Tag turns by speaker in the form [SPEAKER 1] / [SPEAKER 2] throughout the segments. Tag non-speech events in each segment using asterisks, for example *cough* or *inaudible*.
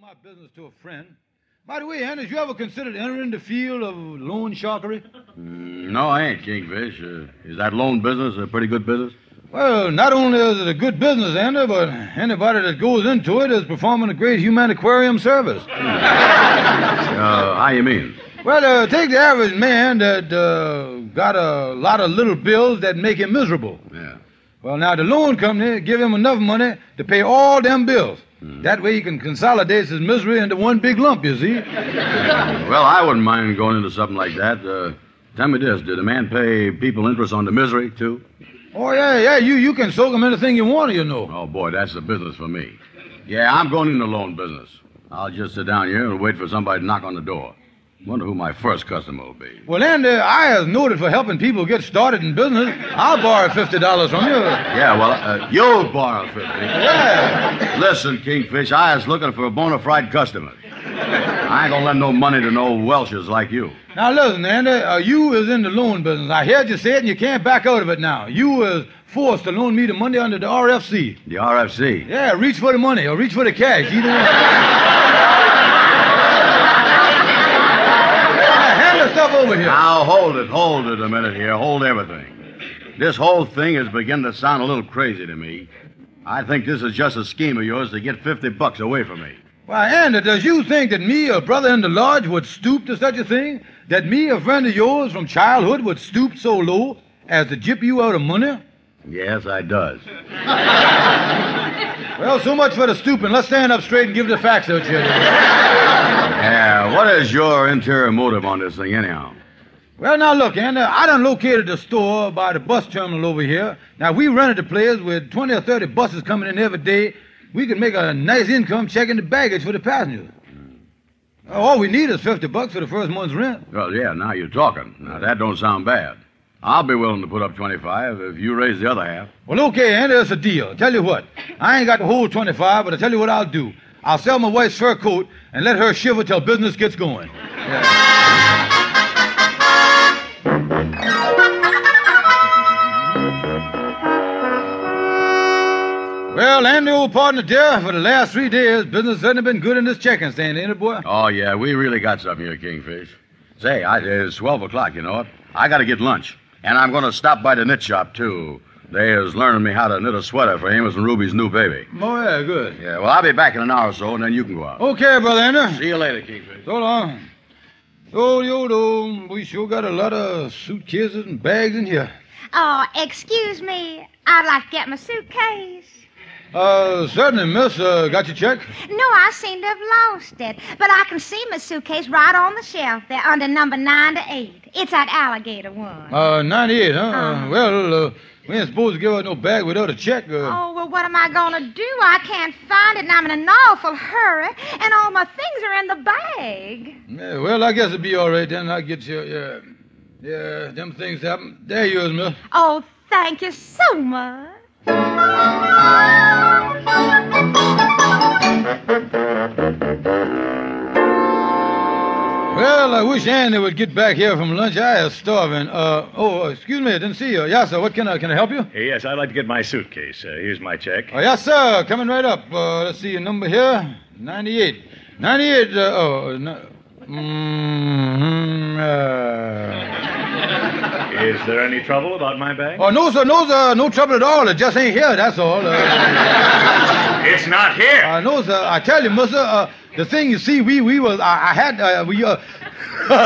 [SPEAKER 1] my business to a friend. By the way, Ann, has you ever considered entering the field of loan sharkery?
[SPEAKER 2] No, I ain't, Kingfish. Uh, is that loan business a pretty good business?
[SPEAKER 1] Well, not only is it a good business, Andy, but anybody that goes into it is performing a great humanitarian service.
[SPEAKER 2] Uh, how you mean?
[SPEAKER 1] Well, uh, take the average man that uh, got a lot of little bills that make him miserable.
[SPEAKER 2] Yeah.
[SPEAKER 1] Well, now the loan company give him enough money to pay all them bills. That way he can consolidate his misery into one big lump, you see.
[SPEAKER 2] Well, I wouldn't mind going into something like that. Uh, tell me this: Did a man pay people interest on the misery too?
[SPEAKER 1] Oh, yeah, yeah, you, you can soak him anything you want, you know.
[SPEAKER 2] Oh boy, that's the business for me. Yeah, I'm going into loan business. I'll just sit down here and wait for somebody to knock on the door. Wonder who my first customer will be.
[SPEAKER 1] Well, Andy, I is noted for helping people get started in business. I'll borrow $50 from you.
[SPEAKER 2] Yeah, well, uh, you'll borrow fifty.
[SPEAKER 1] Yeah.
[SPEAKER 2] Listen, Kingfish, I is looking for a bona fide customer. I ain't gonna lend no money to no Welshers like you.
[SPEAKER 1] Now listen, Andy, uh, you is in the loan business. I heard you say it, and you can't back out of it now. You is forced to loan me the money under the RFC.
[SPEAKER 2] The RFC.
[SPEAKER 1] Yeah, reach for the money or reach for the cash. Either one. *laughs* yeah, hand the stuff over here.
[SPEAKER 2] Now, hold it, hold it a minute here. Hold everything. This whole thing is beginning to sound a little crazy to me. I think this is just a scheme of yours to get 50 bucks away from me.
[SPEAKER 1] Why, Andy, does you think that me, a brother in the lodge, would stoop to such a thing? That me, a friend of yours from childhood, would stoop so low as to jip you out of money?
[SPEAKER 2] Yes, I does.
[SPEAKER 1] Well, so much for the stooping. Let's stand up straight and give the facts out here.
[SPEAKER 2] Yeah, what is your interior motive on this thing, anyhow?
[SPEAKER 1] Well, now look, Andy, I done located a store by the bus terminal over here. Now, we rented the place with 20 or 30 buses coming in every day. We could make a nice income checking the baggage for the passengers. All we need is 50 bucks for the first month's rent.
[SPEAKER 2] Well, yeah, now you're talking. Now, that don't sound bad. I'll be willing to put up 25 if you raise the other half.
[SPEAKER 1] Well, okay, Andy, it's a deal. Tell you what, I ain't got the whole 25, but I tell you what I'll do. I'll sell my wife's fur coat and let her shiver till business gets going. Well, Andy, old partner dear, for the last three days, business hasn't been good in this checking stand, ain't it, boy?
[SPEAKER 2] Oh, yeah, we really got something here, Kingfish. Say, I, it's 12 o'clock, you know what? I got to get lunch. And I'm going to stop by the knit shop, too. They is learning me how to knit a sweater for Amos and Ruby's new baby.
[SPEAKER 1] Oh, yeah, good.
[SPEAKER 2] Yeah, well, I'll be back in an hour or so, and then you can go out.
[SPEAKER 1] Okay, brother Andy.
[SPEAKER 2] See you later, Kingfish.
[SPEAKER 1] So long. Oh, yo, do. We sure got a lot of suitcases and bags in here.
[SPEAKER 3] Oh, excuse me. I'd like to get my suitcase.
[SPEAKER 1] Uh, certainly, miss. Uh, got your check?
[SPEAKER 3] No, I seem to have lost it. But I can see my suitcase right on the shelf there under number 9 to 8. It's that alligator one.
[SPEAKER 1] Uh, 98, huh? Uh,
[SPEAKER 3] Uh-huh.
[SPEAKER 1] well, uh, we ain't supposed to give out no bag without a check. Uh,
[SPEAKER 3] Oh, well, what am I going to do? I can't find it, and I'm in an awful hurry, and all my things are in the bag.
[SPEAKER 1] yeah, well, I guess it'll be all right then. I'll get you, yeah. Yeah, them things happen. There you is, miss.
[SPEAKER 3] Oh, thank you so much.
[SPEAKER 1] Well, I wish Andy would get back here from lunch. I is starving. Uh, oh, excuse me, I didn't see you. Yes, sir, what can I, can I help you?
[SPEAKER 4] Hey, Yes, I'd like to get my suitcase. Uh, here's my check.
[SPEAKER 1] Oh, yes, sir. Coming right up. Uh, let's see your number here. 98. 98, uh, oh, no. Mm, uh.
[SPEAKER 4] Is there any trouble about my bag?
[SPEAKER 1] Oh, no, sir, no, sir. No trouble at all. It just ain't here, that's all. Uh,
[SPEAKER 4] It's not here.
[SPEAKER 1] uh, no, sir. I tell you, mister, uh, the thing you see, we, we was, I, I had, uh, we, uh, *laughs*
[SPEAKER 2] Uh.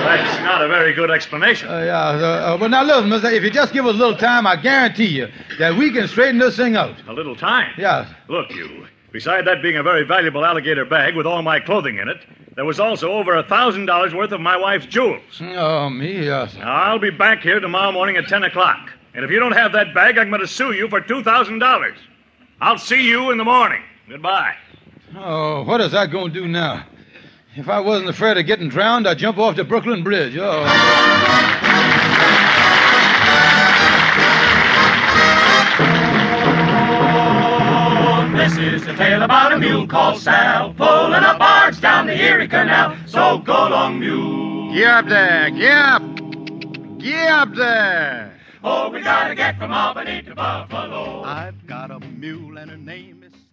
[SPEAKER 4] That's not a very good explanation.
[SPEAKER 1] Uh, yeah, uh, uh, but now listen, mister, if you just give us a little time, I guarantee you that we can straighten this thing out.
[SPEAKER 4] a little time.
[SPEAKER 1] Yeah.
[SPEAKER 4] Look, you. Beside that being a very valuable alligator bag with all my clothing in it, there was also over a thousand dollars worth of my wife's jewels.
[SPEAKER 1] Oh, me, yes.
[SPEAKER 4] Now, I'll be back here tomorrow morning at ten o'clock, and if you don't have that bag, I'm going to sue you for two thousand dollars. I'll see you in the morning. Goodbye.
[SPEAKER 1] Oh, what is I going to do now? If I wasn't afraid of getting drowned, I'd jump off the Brooklyn Bridge. Oh.
[SPEAKER 5] This is a tale about a mule called Sal, pulling a barge down the Erie Canal. So go long, mule.
[SPEAKER 2] Get up there. Get up. Get up there.
[SPEAKER 5] Oh, we gotta get from Albany to Buffalo.
[SPEAKER 6] I've got a mule and her name